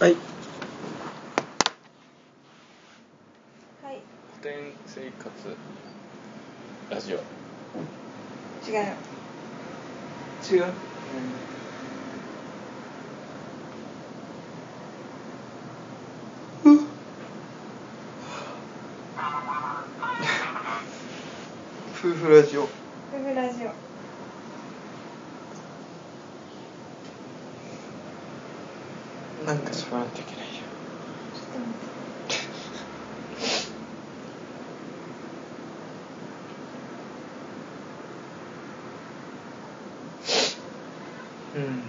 はいはい古典生活ラジオ違う違う、 夫婦ラジオフグラジオなんか喋らなきゃいけないよちょっと待ってうん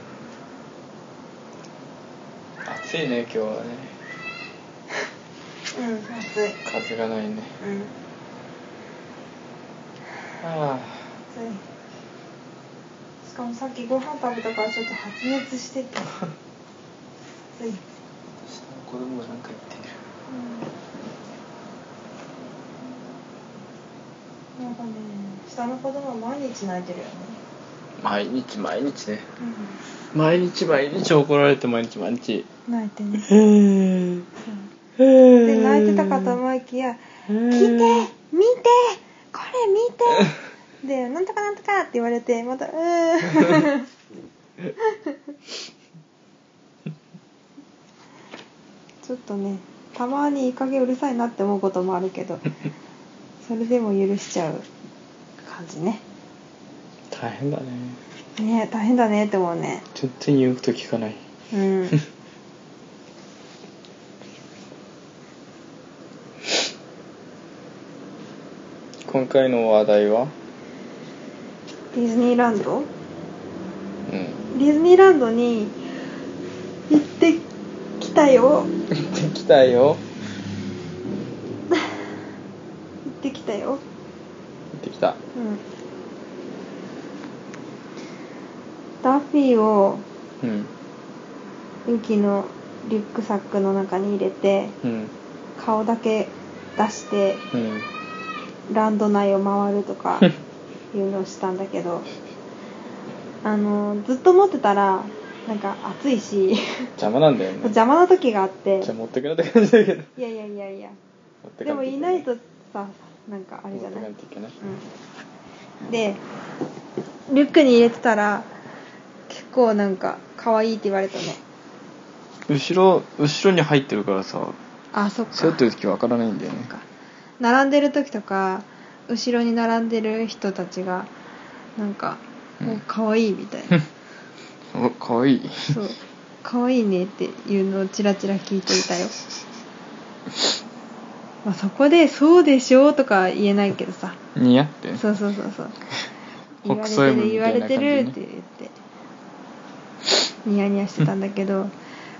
暑いね今日はねうん暑い風がないねうんあ暑いしかもさっきご飯食べたからちょっと発熱して て暑いあ下の子供がなんか言ってるうんなんかね下の子供は毎日泣いてるよね毎日毎日ねう毎日毎日怒られて毎日毎日ん泣いて ねでで泣いてたかと思いきや「聞いて見てこれ見て」で「なんとかなんとか」って言われてまた「うーん」ちょっとねたまにいい加減うるさいなって思うこともあるけどそれでも許しちゃう感じね大変だねね大変だねって思うね全然言うこと聞かないうん今回の話題はディズニーランドうんディズニーランドに行ってきたよ行ってきた行よってきたよ行ってきたうんダッフィーをうんユキのリュックサックの中に入れてうん顔だけ出してうんランド内を回ると かいうのをしたんだけどあのずっと持ってたらなんか暑い し邪魔なんだよね邪魔な時があってじゃあ持ってくなって感じだけどいやいやいやいや持ってでかもんいけないとさなんかあれじ持ゃってなかいんといけないうんでリュックに入れてたら結構なんか可愛いって言われたね後ろ後ろに入ってるからさあそっか背負ってる時わからないんだよね並んでる時とか後ろに並んでる人たちがなんか「うんもう可愛いみたい なおかわいいそう可愛いねっていうのをチラチラ聞いていたよまあそこで「そうでしょ」とかは言えないけどさ似合ってそうそうそうそう言わ北れ斎て文るみ言たわいれな感てじねるって言ってニヤニヤしてたんだけど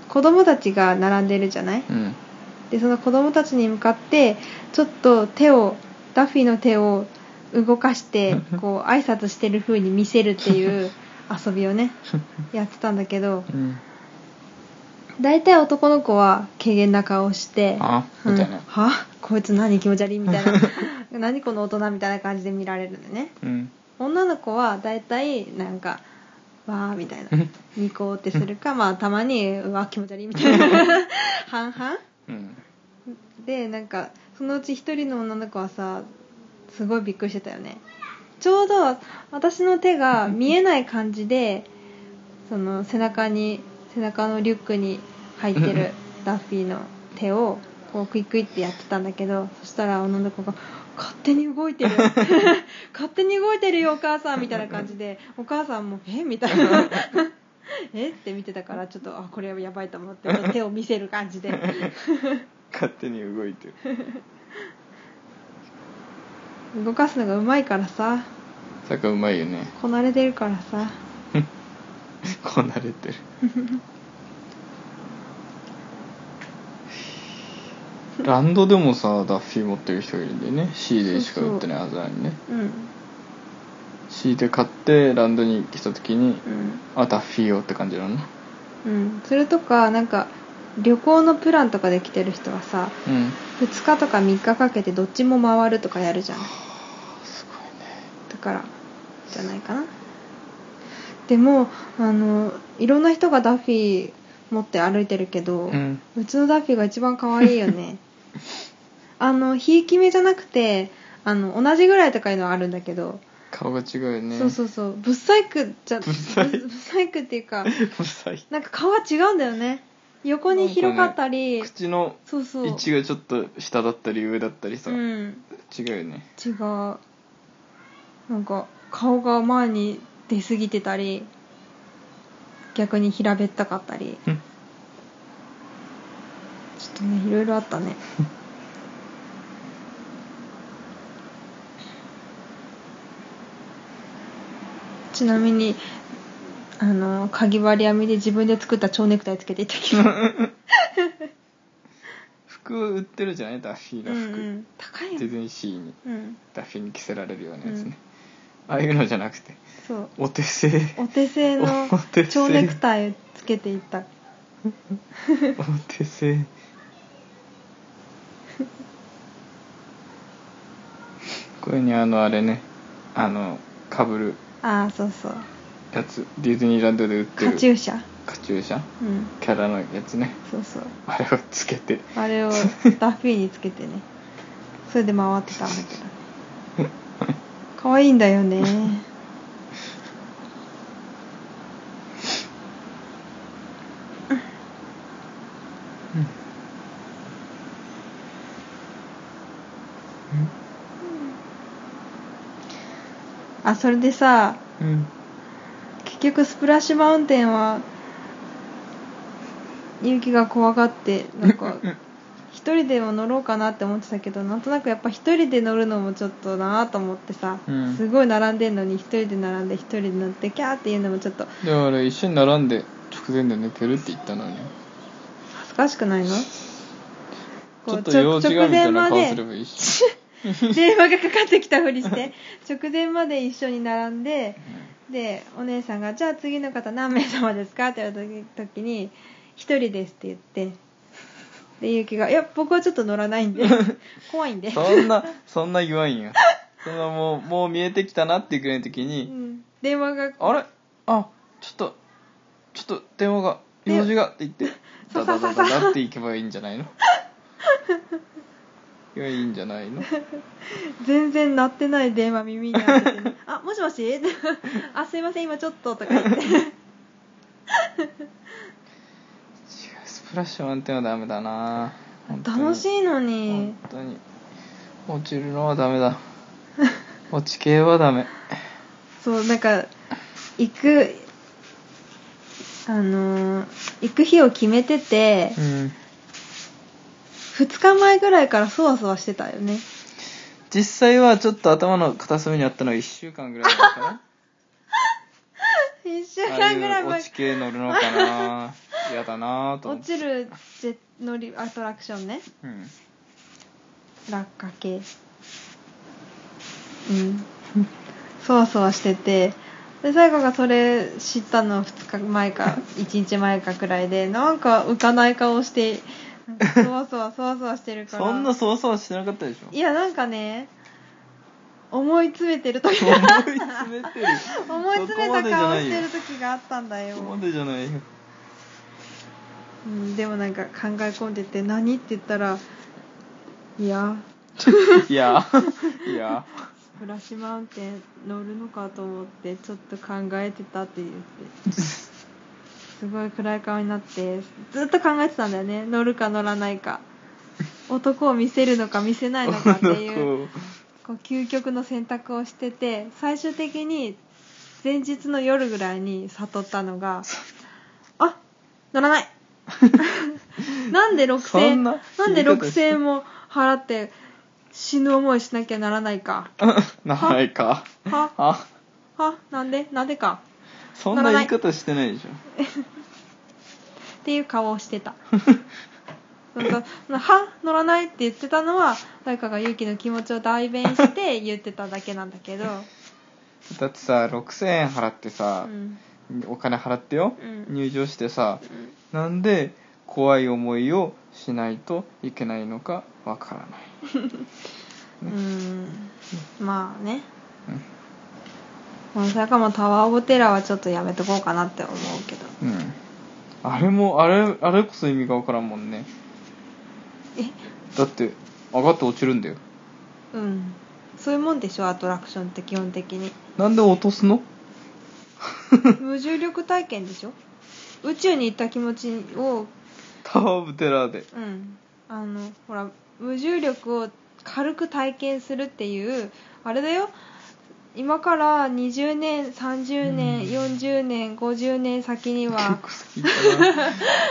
子供たちが並んでるじゃないうんでその子供たちに向かってちょっと手をダッフィーの手を動かしてこう挨拶してる風に見せるって いう遊びをねやってたんだけどうん大体男の子は軽減な顔してあみたいうなんはこいつ何気持ち悪いみたい な何この大人みたいな感じで見られるのねうん女の子は大体なんかわーみたいなうんニコーってするかまあたまにうわ気持ち悪いみたい な半々うんでなんかそのうち一人の女の子はさすごいびっくりしてたよねちょうど私の手が見えない感じでその背中に背中のリュックに入ってるダッフィーの手をこうクイクイってやってたんだけどそしたら女の子が「勝手に動いてる勝手に動いてるよお母さん」みたいな感じでお母さんも「えみたいな「えっ?」て見てたからちょっとあこれはやばいと思って手を見せる感じで。勝手に動い てる動かすのがうまいからささっきうまいよねこなれてるからさ こう慣れ てるランドでもさダッフィー持ってる人がいるんだよね C でしか売ってないはずなのにねうん C で買ってランドに来た時うにんあダッフィーよって感じなのねうんそれとかなんか旅行のプランとかで来てる人はさうん2日とか3日かけてどっちも回るとかやるじゃんすごいねだからじゃないかなでもあのいろんな人がダッフィー持って歩いてるけど、うんうちのダッフィーが一番可愛いよね あのひいき目じゃなくてあの同じぐらい高いのはあるんだけど、顔が違うよねそうそうそうぶっ細工じゃぶっ細工ぶっ細工っていう かうさいなんか顔は違うんだよね横に広かったり、口のそうそう位置がちょっと下だったり上だったりさ、う違んうよね違うなんか顔が前に出過ぎてたり逆に平べったかったりうんちょっとねいろいろあったねちなみにあのかぎ針編みで自分で作った蝶ネクタイつけていたけど服売ってるじゃないダッフィーうのん、う服、ん、高いディよ、ズニーシーにうん、ダッフィーに着せられるようなやつね、ああいうのじゃなくてそうお手製 お手製のお手製蝶ネクタイつけていったお 手製これにあのあれねあのかぶるああそうそうやつディズニーランドで売ってるカチューシャカチューシャうんキャラのやつねそうそうあれをつけてあれ をダッフィーにつけてねそれで回ってたんだけど可愛いんだよねあそれでさうん結局スプラッシュマウンテンは雪が怖がってなんか一人でも乗ろうかなって思ってたけどなんとなくやっぱ一人で乗るのもちょっとなと思ってさ、うんすごい並んでんのに一人で並んで一人で乗ってキャーっていうのもちょっとでもあれ一緒に並んで直前で寝てるって言ったのに恥ずかしくないのちこょうっと用事がみたいな顔すればいいし 電話がかかってきたふりして直前まで一緒に並んででお姉さんが「じゃあ次の方何名様ですか?」って言われた時に「一人です」って言ってでゆきが「いや僕はちょっと乗らないん で怖いんで」そんなそんな言わんよそのもうもう見えてきたなっていうくらいの時うに、ん、電話があれあちょっとちょっと電話がで用事がって言ってそダうそダうそダうそうダダって行けばいいんじゃないのいやいいんじゃないの全然鳴ってない電話耳に当て てね「あもしもし? って」あすいません今ちょっと」とか言って違うスプラッシュマウンテンはダメだな本当に楽しいのに本当に落ちるのはダメだ落ち系はダメそうなんか行くあのー行く日を決めててうん2日前ぐらいからそわそわしてたよね実際はちょっと頭の片隅にあったのは1週間ぐらいだったか1週なああ間ぐらいいう前落ち系乗るのかな嫌だなと思落ってちるジェ乗りアトラクションねうん落下系うん そわそわしててで最後がそれ知ったの2日前か1日 前かくらいでなんか浮かない顔してなんかそわそわそわそわしてるから そんなそわそわしてなかったでしょいやなんかね思い詰めてる時思いが詰めてる 思い詰めた顔してる時があったんだよそこまでじゃないようん、でもなんか考え込んでて「何?」って言ったら「いや いやいやスプラッシュマウンテン乗るのかと思ってちょっと考えてた」って言ってすごい暗い顔になってずっと考えてたんだよね乗るか乗らないか男を見せるのか見せないのかっていう男をこう究極の選択をしてて最終的に前日の夜ぐらいに悟ったのが「あ乗らない! 」 なんで6000そん円ななんで言い方して6000円も払って死ぬ思いしなきゃならないか ないかはあはなんでなんでかそんな言い方してないでしょっていう顔を してたなんかは乗らないって言ってたのは誰かが勇気の気持ちを代弁 して言ってただけなんだけど、だってさ6000円払ってうさ、ん、お金払ってよ、うん入場してさ、なんで怖い思いをしないといけないのかわからないうんまあねうんまさかもタワーオブテラはちょっとやめとこうかなって思うけどうんあれもあれあれこそ意味がわからんもんねえだって上がって落ちるんだようんそういうもんでしょアトラクションって基本的になんで落とすの 無重力体験でしょ宇宙に行った気持ちをタワー・オブ・ テラーでうんあのほら無重力を軽く体験するっていうあれだよ今から20年30年、うん40年50年先に結は構好きだな構行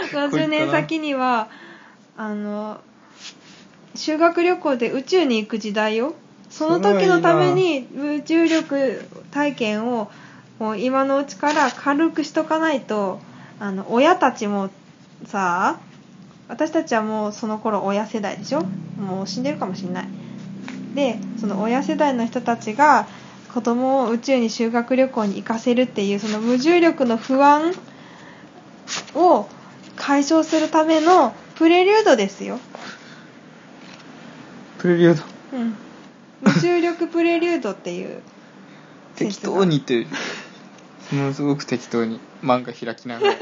ったな50年先にはあの修学旅行で宇宙に行く時代よその時のために無重力体験をもう今のうちから軽くしとかないとあの親たちもさ私たちはもうその頃親世代でしょもう死んでるかもしれないでその親世代の人たちが子供を宇宙に修学旅行に行かせるっていうその無重力の不安を解消するためのプレリュードですよ、プレリュー ドうん、無重力プレリュードっていう適当にってものすごく適当に漫画開きながらっ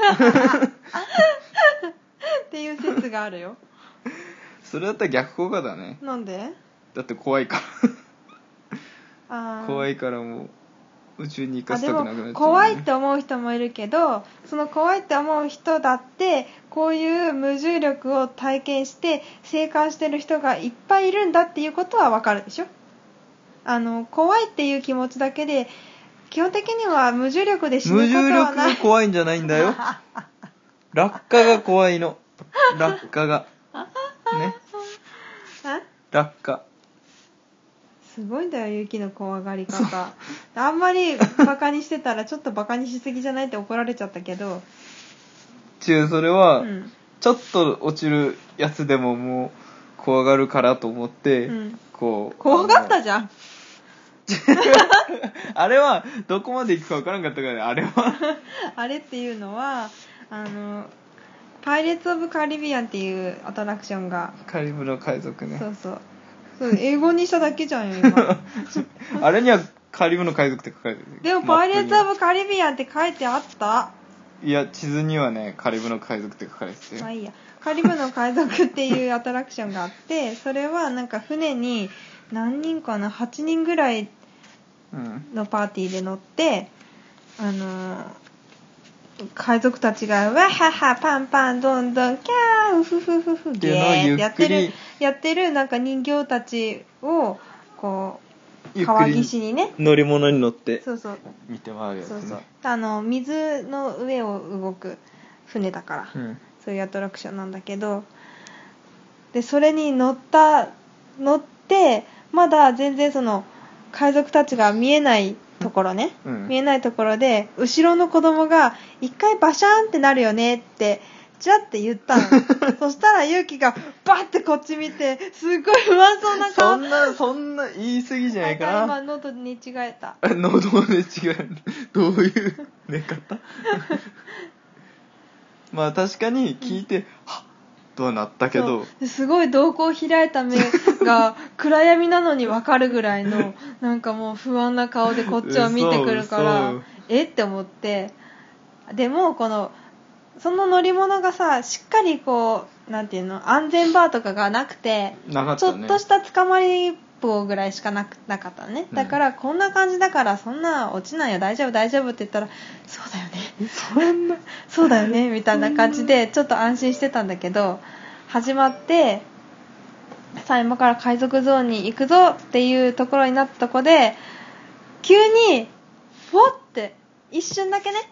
ていう説があるよそれだったら逆効果だねなんでだって怖いかあらー怖いからもう宇宙に行かあせでたくなくもなっちゃうね、怖いって思う人もいるけどその怖いって思う人だってこういう無重力を体験して生還してる人がいっぱいいるんだっていうことはわかるでしょあの怖いっていう気持ちだけで基本的には無重力で死ぬ無ことは重力ながい怖いんじゃないん だよ落下が怖いの落 下がねあ落下すごいんだよ雪の怖がり方あんまりバカにしてたらちょっとバカにしすぎじゃないって怒られちゃったけど、違うそれは、うん、ちょっと落ちるやつでももう怖がるからと思って、うんこう怖かったあのじゃんあれはどこまで行くか分からんかったからねあれはあれっていうのはあの「パイレーツ・オブ・カリビアン」っていうアトラクションが、カリブの海賊ねそうそうそう英語にしただけじゃんよ 今あれにはカリブの海賊って書かれてるでも「パイレーツ・オマッブ・カリビアン」って書いてあったプにいや地図にはねカリブの海賊って書かれててまあいいや「カリブの海賊」っていうアトラクションがあってそれはなんか船に何人かな8人ぐらいうんのパーティーで乗ってあのー海賊たちが「わははパンパンどんどんキャーウフフフフってゲいうのをー」ってやゆっっくてりるやってるなんか人形たちをこゆうっく川り岸にね乗り物に乗ってそうそう見て回るやつそねうそうあの水の上を動く船だから、うんそういうアトラクションなんだけどでそれに乗った乗ってまだ全然その海賊たちが見えないところね、うん見えないところで後ろの子供が「一回バシャーンってなるよね」ってちらって言 ったのそしたら勇気がバッてこっち見てすっごい不安そうなそ顔んなそんな言い過ぎじゃないあか今な喉に違えたあ 喉で違うどういう寝方 まあ確かに聞いて、はっとはなったけどそうすごい瞳孔開いた目が暗闇なのに分かるぐらい のなんかもう不安な顔でこっちを見てくるから嘘嘘えって思ってでもこのその乗り物がさしっかりこうなんていうの安全バーとかがなくて、なかっちたょねっとした捕まり棒ぐらいしかなくなかったねだからこんな感じだからそんな落ちないよ大丈夫大丈夫って言ったらそうだよねそんな そうだよねみたいな感じでちょっと安心してたんだけど始まってさあ今から海賊ゾーンに行くぞっていうところになったとこで急にふわって一瞬だけね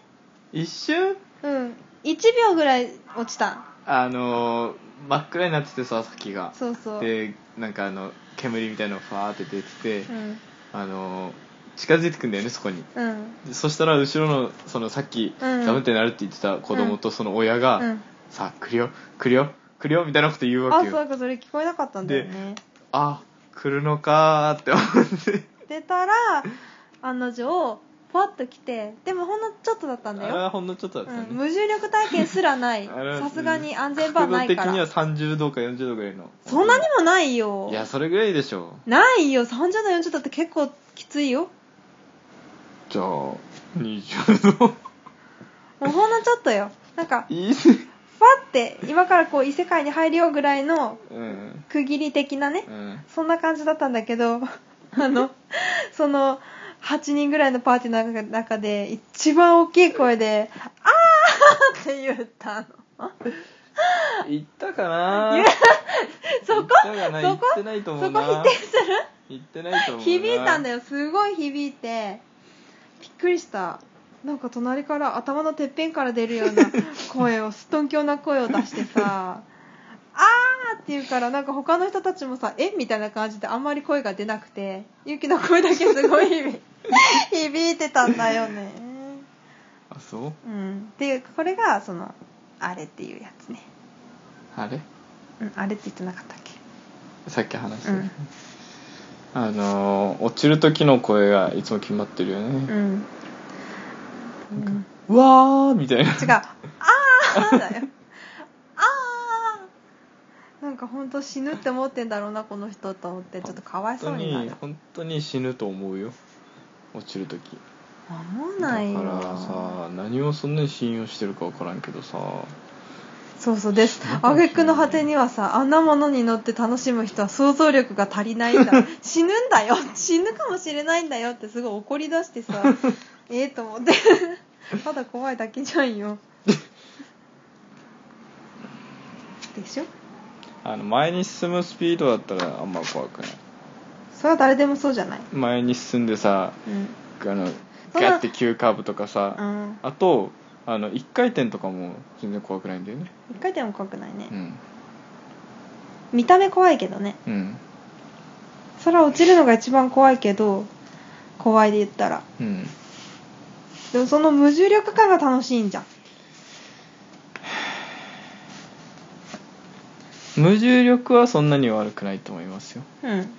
一瞬うん1秒ぐらい落ちたあのー真っ暗になっててさ先がそうそう、でなんかあの煙みたいのファーって出てうて、んあのー近づいてくんだよねそこにうんでそしたら後ろのそのさっき、うんダメってなるって言ってた子供とその親が、うんさあ来るよ来るよ来るよみたいなこと言うわあけよそうかそれ聞こえなかったんだよねあ来るのかーって思って出たら案の定パッと来てでもほんのちょっとだったんだあれはよ、ほんのちょっとだうったね、ん、無重力体験すらないあれはさすがに安全バーないか角度ら的には30度か40度ぐらいのそんなにもないよいやそれぐらいでしょないよ30度40度って結構きついよじゃあ20度もうほんのちょっとよなんか いいねファって今からこう異世界に入るよぐらいのうん区切り的なねうんそんな感じだったんだけど あのその8人ぐらいのパーティーの中中で一番大きい声で「あー!」って言ったの行ったかなそ行っこたかなそ行こってないと思うなそこ否定す行ってないと思う な響いたんだよよすごい響いてびっくりしたなんか隣から頭のてっぺんから出るよう な声をすっとんきょうな声を出してさ「あー!」って言うからなんか他の人たちもさ「えみたいな感じであんまり声が出なくてゆきの声だけすごい 響い響いてたんだよねあそううんっていうこれがそのあれっていうやつね、あれうん、あれって言ってなかったっけさっき話した、うんあのー落ちる時の声がいつも決まってるよね、うん、うんうわーみたいな違う「あー」だよ「あー」なんか本当死ぬって思ってんだろうなこの人と思ってちょっとかわいそ本う当になにる本当に死ぬと思うよ落ちる時思だわかないよらさ何をそんなに信用してるか分からんけどさそうそうです挙句の果てにはさあんなものに乗って楽しむ人は想像力が足りない んだ死ぬんだよ死ぬかもしれないんだよってすごい怒り出して さええと思って ただ怖いだけじゃん よでしょあの前に進むスピードだったらあんま怖くないそれは誰でもそうじゃない前に進んでさうんあのそんなガッて急カーブとかうさ、んあとあの1回転とかも全然怖くないんだよね一回でも怖くないね、うん見た目怖いけどねうんそれは落ちるのが一番怖いけど怖いで言ったらうんでもその無重力感が楽しいんじゃん無重力はそんなに悪くないと思いますようん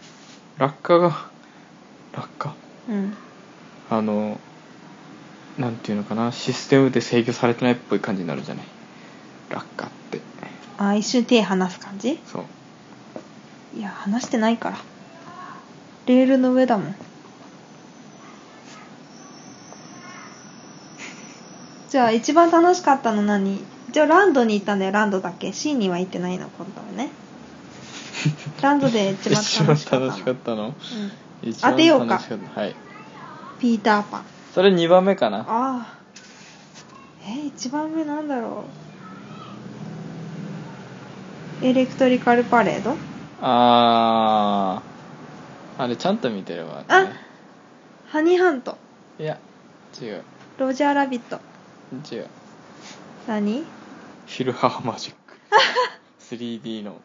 落下が落下うんあのなんていうのかなシステムで制御されてないっぽい感じになるじゃない落下ってあ一瞬手離す感じそういや離してないからレールの上だ もんじゃあ一番楽しかったの何じゃあランドに行ったんだよランドだけシーには行ってないの今度は ねランドで一番一番楽しかったの楽しかったのうん、一当てようか番楽しかったはいピーターパンそれ2番目かなああえ一番目なんだろうエレクトリカルパレードあーあれちゃんと見てれば、ね、あハニーハントいや違うロジャーラビット違う何フィルハーマ ジック 3D の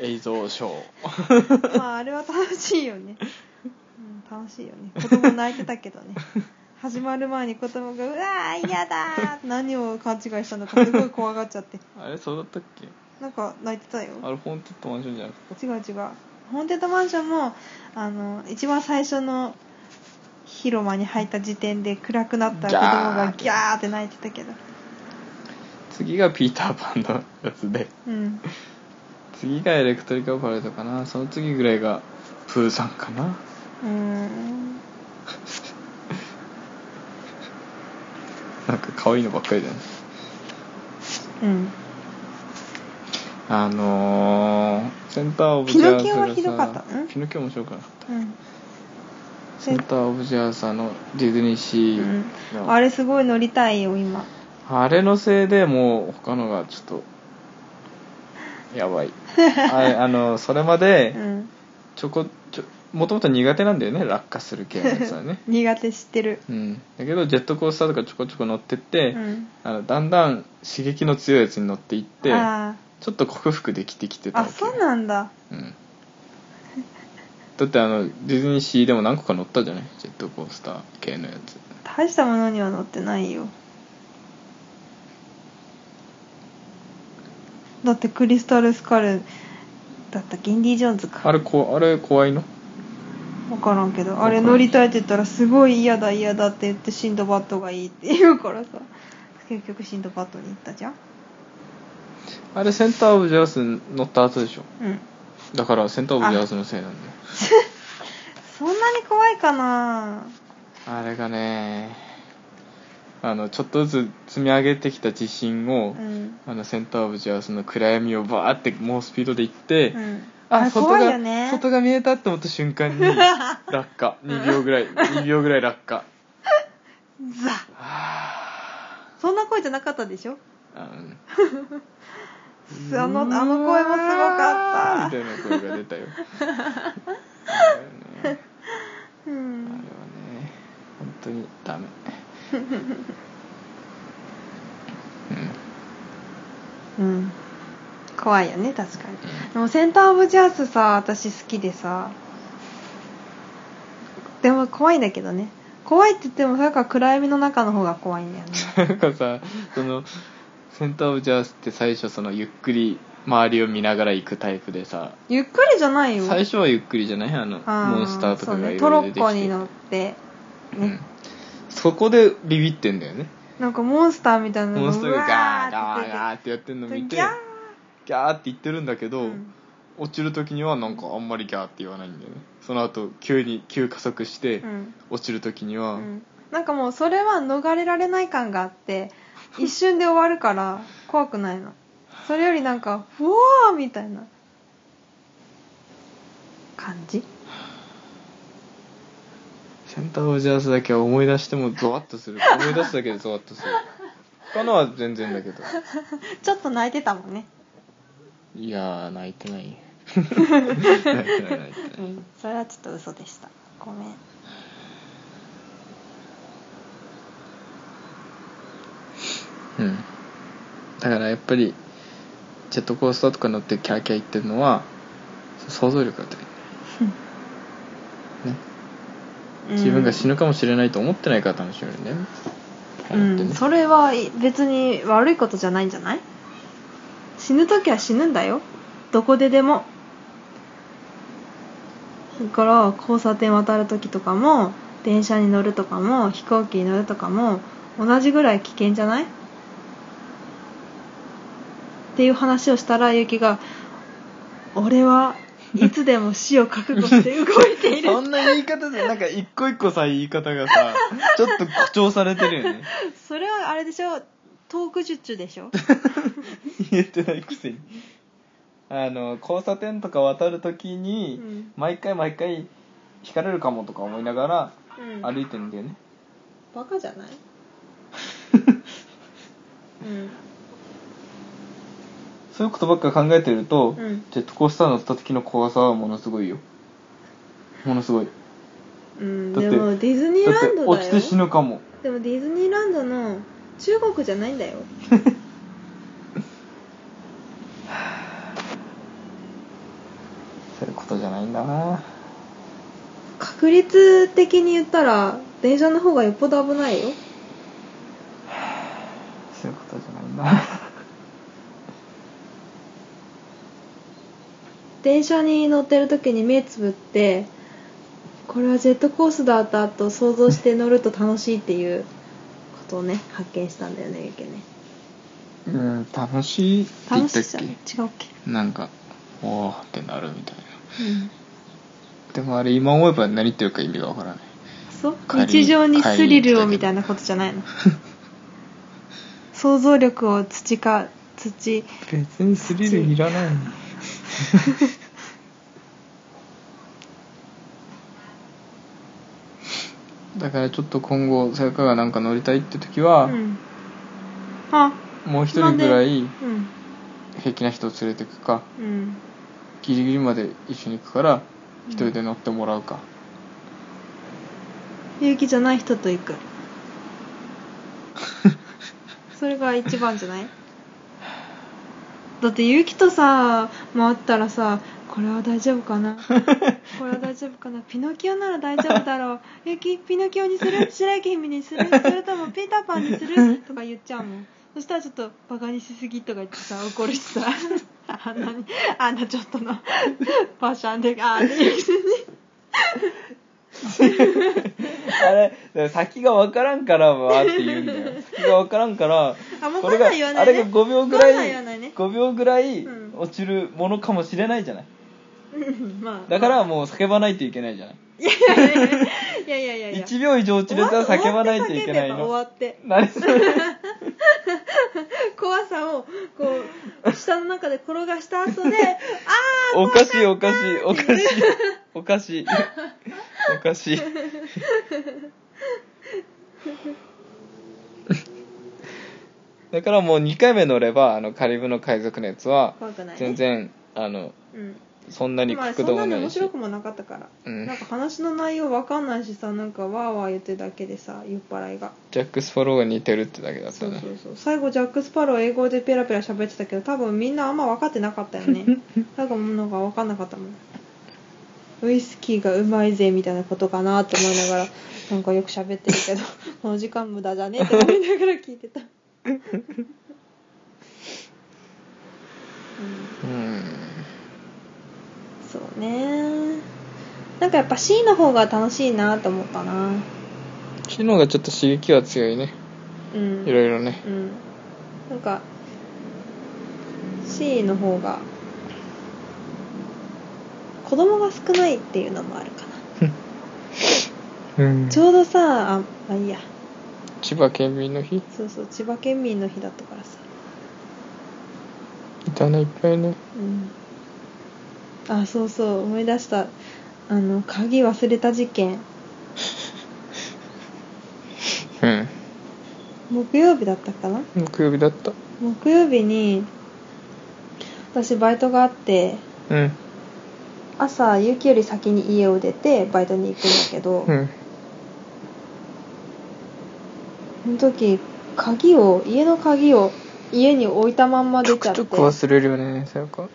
映像ショー まああれは楽しいよね、うん、楽しいよね子供泣いてたけどね始まる前に子供が「うわー嫌だー」何を勘違いしたのかすごい怖がっちゃってあれそうだったっけなんか泣いてたよあれホーンテッドマンションじゃなかっ違う違うホーンテッドマンションもあの一番最初の広間に入った時点で暗くなった子供がギギャーャーって泣いてたけどた次がピーターパンのやつでうん次がエレクトリカルパレードかなその次ぐらいがプーさんかなうーんなんか可愛いのばっかりだよねうんあのー、センターオブジピャーノサキオーはがひどかったさんピノキオ面白くなかったうんセンターオブジャーサーのディズニーシーうんのあれすごい乗りたいよ今あれのせいでもう他のがちょっとやばいあ れあのそれまうでんちょこちょもともと苦手なんだよね落下する系のやつはね 苦手知ってるうん、だけどジェットコースターとかちょこちょこ乗ってって、うんあのだんだん刺激の強いやつに乗っていってあちょっと克服できてきてーたあわけそうなんだうんだってあのディズニーシーでも何個か乗ったじゃないジェットコースター系のやつ大したものには乗ってないよだってクリスタルスカルだったっけインディ・ジョーンズかあれこあれ怖いの分からんけどあれ乗りたいって言ったらすごい嫌だ嫌だって言ってシンドバッドがいいって言うからさ結局シンドバッドに行ったじゃんあれセンターオブジャース乗った後でしょうんだからセンターオブジャースのせいなんだよそんなに怖いかなあれがねあのちょっとずつ積み上げてきた自信を、うんあのセンターオブジェはその暗闇をバーって猛スピードで行って、うんああ外怖いがよね外が見えたって思った瞬間 に落下2秒ぐらい2秒ぐらい落下ザそんな声じゃなかったでしょあのすあのあの声もすごかっうわーみたたいな声が出たよあれはねうあれはねん本当にダメうんうん怖いよね確かにでもセンターオブジャースさ私好きでさでも怖いんだけどね怖いって言ってもそれから暗闇の中の方が怖いんだよねなんかさそのセンターオブジャースって最初そのゆっくり周りを見ながら行くタイプでさゆっくりじゃないよ最初はゆっくりじゃないあのあモンスターとかそうがねいトろロいろ出ッてきコて、に乗ってうねん、そこでビビってんだよねなんかモンスターみたいなのモンスターがガーガーガガーってやってんのーって見ギてャーギャーって言ってるんだけど、うん落ちる時にはなんかあんまりギャーって言わないんだよねその後急に急加速して、うん落ちる時には、うんなんかもうそれは逃れられない感があ って一瞬で終わるから怖くないのそれよりなんかふわーみたいな感じ センターオブジャースだけは思い出してもゾワッ とする思い出すだけでゾワッとする他のは全然だけどちょっと泣いてたもんねいやー泣いてない 泣いてない泣いてないうんそれはちょっと嘘でしたごめんうんだからやっぱりジェットコースターとか乗ってキャーキャー言ってるのは想像力が足りない、ね、自分が死ぬかもしれないと思ってないから楽しめるんだよね、あうれっん、てうねん、それはい別に悪いことじゃないんじゃない死ぬ時は死ぬんだよどこででもだから交差点渡る時とかも電車に乗るとかも飛行機に乗るとかも同じぐらい危険じゃないっていう話をしたらゆきが「俺はいつでも死を覚悟して動いている」 そんな言い方でなんか一個一個さ言い方が さちょっと誇張されてるよね それはあれでしょトーク術でしょ言ってないくせにあの交差点とか渡るときうに、ん毎回毎回引かれるかもとか思いながらうん歩いてるんだよね、バカじゃないうんそういうことばっか考えてると、うんジェットコースター乗った時の怖さはものすごいよものすごいうん、だっでてもディズニーだっラてンド落だちよて死ぬかもでもディズニーランドの中国じゃないんだよそういうことじゃないんだな確率的に言ったら電車の方がよっぽど危ないよそういうことじゃないんだな電車に乗ってる時に目つぶってこれはジェットコースターだと想像して乗ると楽しいっていうことをね発見したんだよねゆけねうん楽しいって言楽っしいたじっゃん違うっけ、けなんかおおってなるみたいなうん、でもあれ今思えば何言ってるか意味がわからないそう帰日り常にスリルをみたいなことじゃないの想像力を培う土別にスリルいらない だからちょっと今後さやかがなんか乗りたいって時は、うんあもう一人ぐらいうん平気な人を連れてくかうんギリギリまで一緒に行くから一人で乗ってもらうか、勇気じゃない人と 行くそれが一番じゃないだって勇気とさ回ったらさこれは大丈夫か なこれは大丈夫かなピノキオなら大丈夫だろうゆきピノキオにする白雪姫にするそれともピーターパンにするとか言っちゃうもんそしたらちょっとバカにしすぎとか言ってさ怒るしさ あんなにあんなちょっとのパシャンであ ーって言うくせにあれだから先が分からんからわーって言うんだ よ先が分からんからあもうここんれながん言わなあいねれが5秒ぐらこんなん言わないいね5秒ぐらいうん落ちるものかもしれないじゃない うんまあだからもう叫ばないといけないじゃないいやいやいやいや1秒以上遅れたら叫ばないといけない終のわって何それ怖さをこう下の中で転がした後 であーおかしいおかしいおかしいおかしいおかしい だからもう2回目乗ればあのカリブの海賊のやつは怖くないね全然あのうんそんなにまあそ角度んもなにな面いし白くもなかったから、うんなんか話の内容わかんないしさなんかわーわー言ってるだけでさ酔っ払いがジャック・スパローが似てるってだけだったそうねそうそう最後ジャック・スパロー英語でペラペラ喋ってたけど多分みんなあんま分かってなかったよね 最後ののが分かんなかったもんウイスキーがうまいぜみたいなことかなと思いながらなんかよく喋ってるけど この時間無駄じゃねえって思いながら聞いてたうんうんそうねなんかやっぱ C の方が楽しいなと思ったな昨日がちょっと刺激は強いねうんいろいろねうんなんか C の方が子供が少ないっていうのもあるかなうんちょうどさあまあいいや千葉県民の日いそうそう千葉県民の日だったからさたねいっぱいねうんあそうそう思い出したあの鍵忘れた事件うん木曜日だったかな木曜日だった木曜日に私バイトがあってうん朝ゆきより先に家を出てバイトに行くんだけど、うんその時鍵を家の鍵を家に置いたまんまち出ょちゃくっちてょく忘れるよねさやか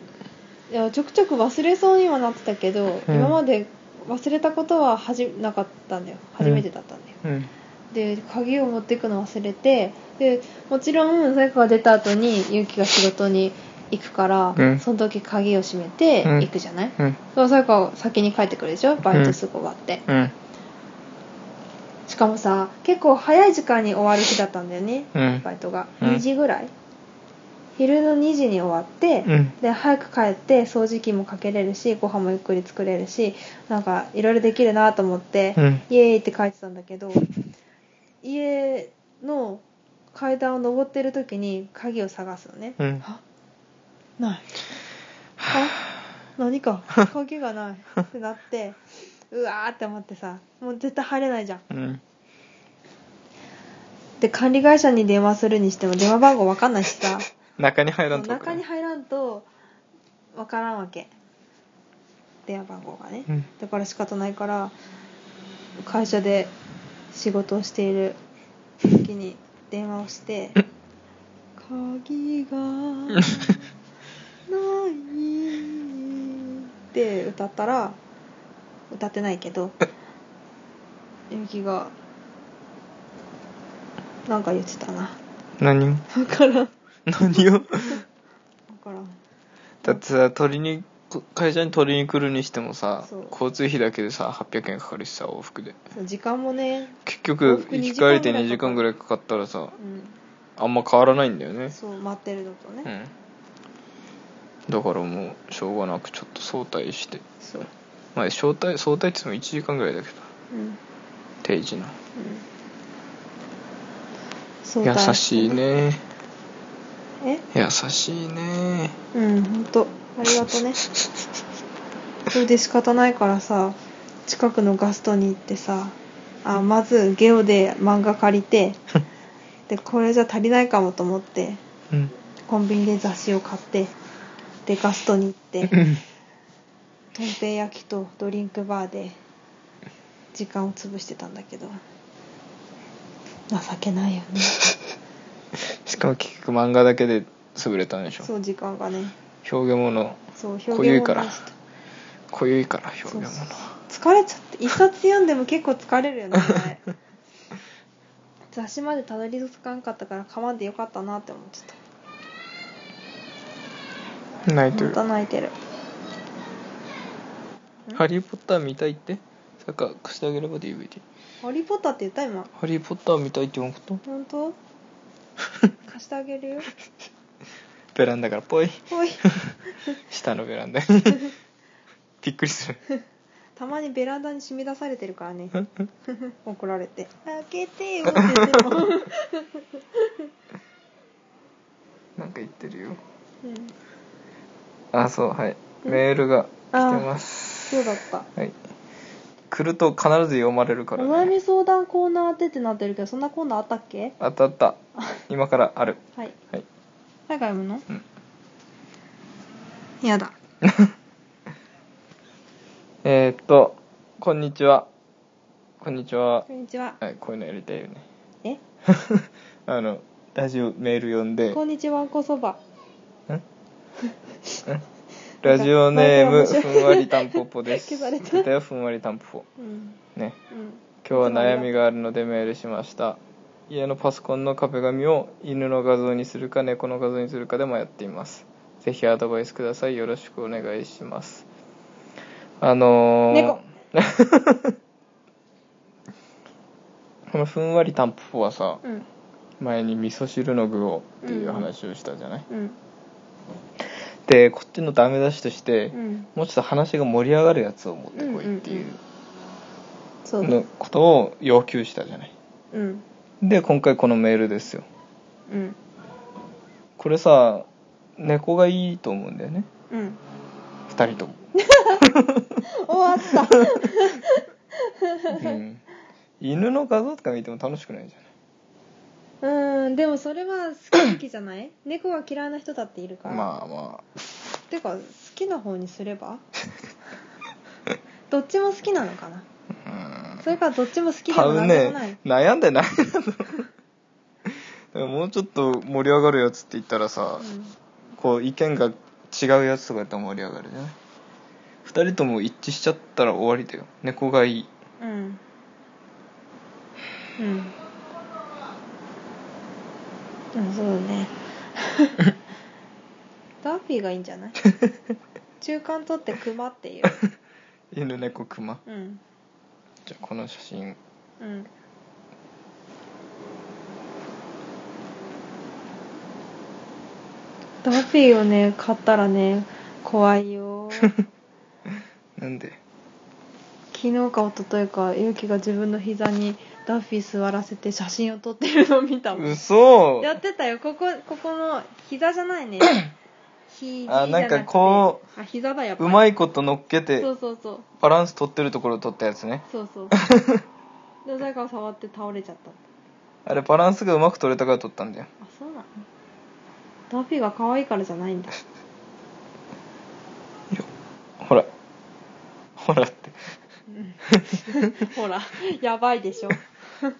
いやちょくちょく忘れそうにはなってたけど、うん今まで忘れたことははじなかったんだよ初めてだったんだよ、うんで鍵を持っていくの忘れてでもちろんさやかが出た後にゆきが仕事に行くから、うんその時鍵を閉めてうん行くじゃない、うんそうさやかは先に帰ってくるでしょバイトすぐ終わって、うんしかもさ結構早い時間に終わる日だったんだよね、うんバイトがうん2時ぐらい、昼の2時に終わって、うんで早く帰って掃除機もかけれるしご飯もゆっくり作れるしなんかいろいろできるなと思って、うんイエーイって帰ってたんだけど家の階段を上ってる時に鍵を探すのね、うんあないあ何か鍵がないってなってうわーって思ってさもう絶対入れないじゃんうんで管理会社に電話するにしても電話番号わかんないしさ中に入らんとこ中に入らんとわからんわけ電話番号がね、うんだから仕方ないから会社で仕事をしている時に電話をして「鍵がない」って歌ったら歌ってないけどゆきがなんか言ってたな何を分からん何を分 からんだってさ取りに会社に取りに来るにしてもさそう交通費だけでさ800円かかるしさ往復でそう時間もね、結往局復行二き時間帰りで2時間ぐらいかかったらさうあんま変わらないんだよねん、そう待ってるのとね、うんだからもうしょうがなくちょっと早退してそうまあ招待早退って言っても1時間ぐらいだけどうん定時のそうだ優しいねえ優しいねうん本当ありがと ねそれで仕方ないからさ近くのガストに行ってさあまずゲオで漫画借り てでこれじゃ足りないかもと思ってうんコンビニで雑誌を買ってでガストに行ってとんぺい焼きとドリンクバーで時間を潰してたんだけど情けないよねしかも結局漫画だけで潰れたんでしょそう時間がね表現物そう表こういう現かをら出した濃ゆいから表現そう物そうそう疲れちゃって一冊読んでも結構疲れる よねあれ雑誌までたどり着かんかったからかまんでよかったなって思って泣いたてまるた泣いてる「ハリー・ポッター見たい」ってさっき貸してあげれば DVD 「ハリー・ポッター」って言った今「ハリー・ポッター見たい」って言わんこと本 当貸してあげるよベラン ダからぽいおい 下のベランダにびっくりするたまにベランダに染み出されてるからね 怒られて「開けてよ」って言っても、 うん、なんか言ってるよあそうはいメールが来てますそうだったはい来ると必ず読まれるかおら、悩ね、み相談コーナーってってなってるけどそんなコーナーあったっけあったあ った今からあるはいはい誰か読むの、うんやだえー、っとこんにちはこんにちはこんにちははいこういうのやりたいよね えあのラジオメール読んでこんにちはんこそばラジオネなーんムかふんわりたんぽぽです 消された出たよふんわりたんぽうんぽねうん今日は悩みがあるのでメールしました家のパソコンの壁紙を犬の画像にするか猫の画像にするかで迷っていますぜひアドバイスくださいよろしくお願いしますあのー、猫 このふんわりたんぽぽはさうん前に味噌汁の具をっていう話をしたじゃない、うんでこっちのダメ出しとして、うんもうちょっと話が盛り上がるやつを持ってこいっていんううんそううのだことを要求したじゃないうんで今回このメールですようんこれさ猫がいいと思うんだよねうん2人とも、終わ っうん、犬の画像とか見ても楽しくないじゃなたいうんでもそれは好き好きじゃない 猫が嫌いな人だっているからまあまてか好きな方にすればどっちも好きなのかなあそれからどっちも好うきでん多もなん分でもない、ね悩んでないんだろうもうちょっと盛り上がるやつって言ったらさ、こう意見が違うやつとかやったら盛り上がるじゃない2人とも一致しちゃったら終わりだよ猫がいいうんうんうんうんそうだねダーフィーがいいんじゃない中間取ってクマっていう犬猫熊うんじゃあこの写真うんダーフィーをね買ったらね怖い よなんで昨日か一昨日かゆうきが自分の膝にダッフィー座らせて写真を撮ってるのを見たもん嘘やってたよここここの膝じゃない ね肘じゃあななんくてかこあ膝だやっぱうりまいこと乗っけてそうそうそうバランス取ってるところ取ったやつねそう そうで誰かが触って倒れちゃったあれバランスがうまく取れたから取ったんだよあそうなのダッフィーが可愛いからじゃないんだよほらほらって ほらやばいでしょ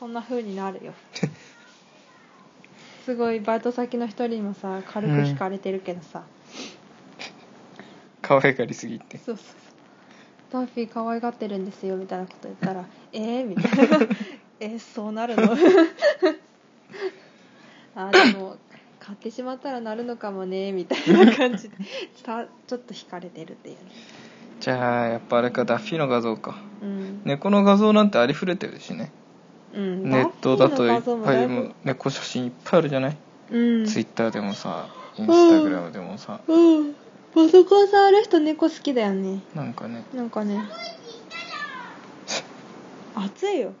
こんな風にな るよすごいバイト先の一人にもさ軽く惹かれてるけどさ、可愛がりすぎてそうそうそうダーフィー可愛がってるんですよみたいなこと言ったら「えー?」みたいな 「えそうなるの? 」あでも買ってしまったらなるのかもねみたいな感じでさちょっと惹かれてるっていうねじゃあやっぱあれかダッフィーの画像かうん、猫の画像なんてありふれてるしねうん、ネットだといダっッフィーの画像ぱだいぶも猫写真いっぱいあるじゃない、うんツイッターでもさインスタグラムでもさ、うんパソコン触る人猫好きだよねなんかねなんかね暑 いよ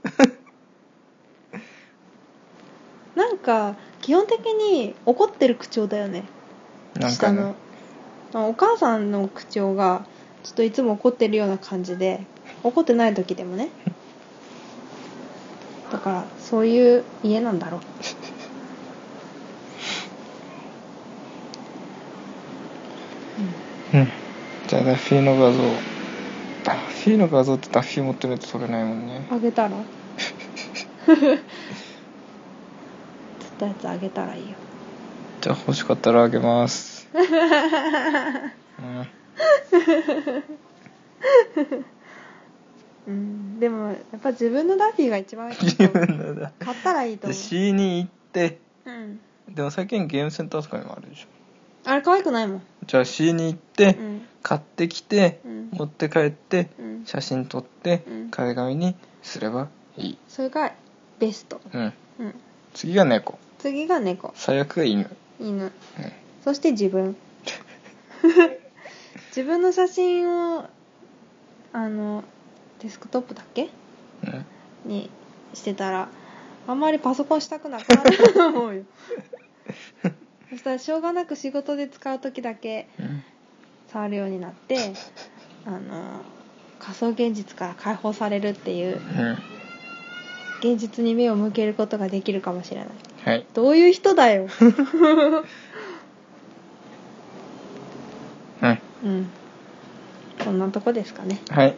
なんか基本的に怒ってる口調だよねなん下かのねお母さんの口調がちょっといつも怒ってるような感じで怒ってない時でもねだからそういう家なんだろううんじゃあダッフィーの画像ダッフィーの画像ってダッフィー持ってないと撮れないもんねあげたら釣ったやつあげたらいいよじゃあ欲しかったらあ げます、うんうんでもやっぱ自分のダッフィーが一番いいと自思う分のだ買ったらいいとで思 C に行ってう、うん、でも最近ゲームセンターとかにもあるでしょあれ可愛くないもんじゃあ C に行って、うん買ってきて、うん持って帰って、うん写真撮って、うん壁紙にすればいいそれがベスト、うんうん、次が猫次が猫最悪が犬犬うんそ して自分自分の写真をあのデスクトップだっけうんにしてたらあんまりパソコンしたくなくなったと思うよそしたらしょうがなく仕事で使う時だけうん触るようになってあの仮想現実から解放されるっていううん現実に目を向けることができるかもしれないはいどういう人だよはいうんこんなとこですかねはい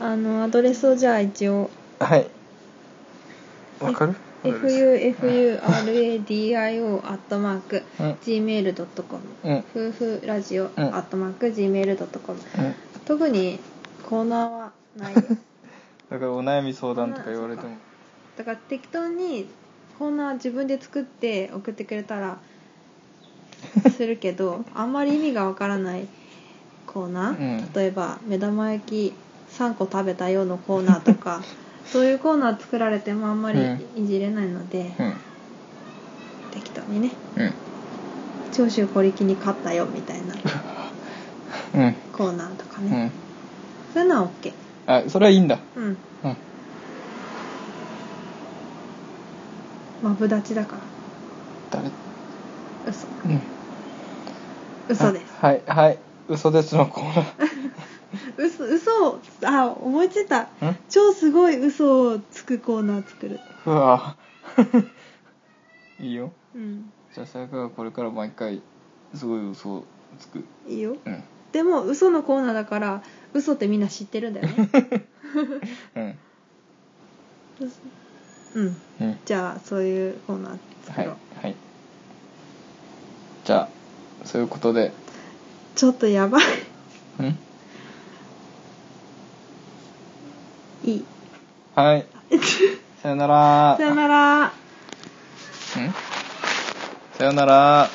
あのアドレスをじゃあ一応はいわかる fufuradio.gmail.com うんうん夫婦ラジオうん .gmail.com うん特にコーナーは ないですだからお悩み相談とか言われてもだから適当にコーナー自分で作って送ってくれた らするけどあんまり意味がわからないコーナー、うん例えば目玉焼き3個食べたよのコーナーと かそういうコーナー作られてもあんまりいじれないので、うん適当にねうん長州小力に勝ったよみたいなうんコーナーとかうね、んそういうのは OK あそれはいいんだうんうんマブダチだか誰ら嘘うん嘘ですあはいはい嘘ですのコーナー嘘嘘をあ思いついた ん超すごい嘘をつくコーナー作るうわ いいようんじゃあさやかがこれから毎回すごい嘘をつくいいようんでも嘘のコーナーだから嘘ってみんな知ってるんだよねうんうんうんじゃあそういうコーナー作はいろう、はいじゃあそういうことでちょっとやばいうんいい はいさよならさよならうんさよなら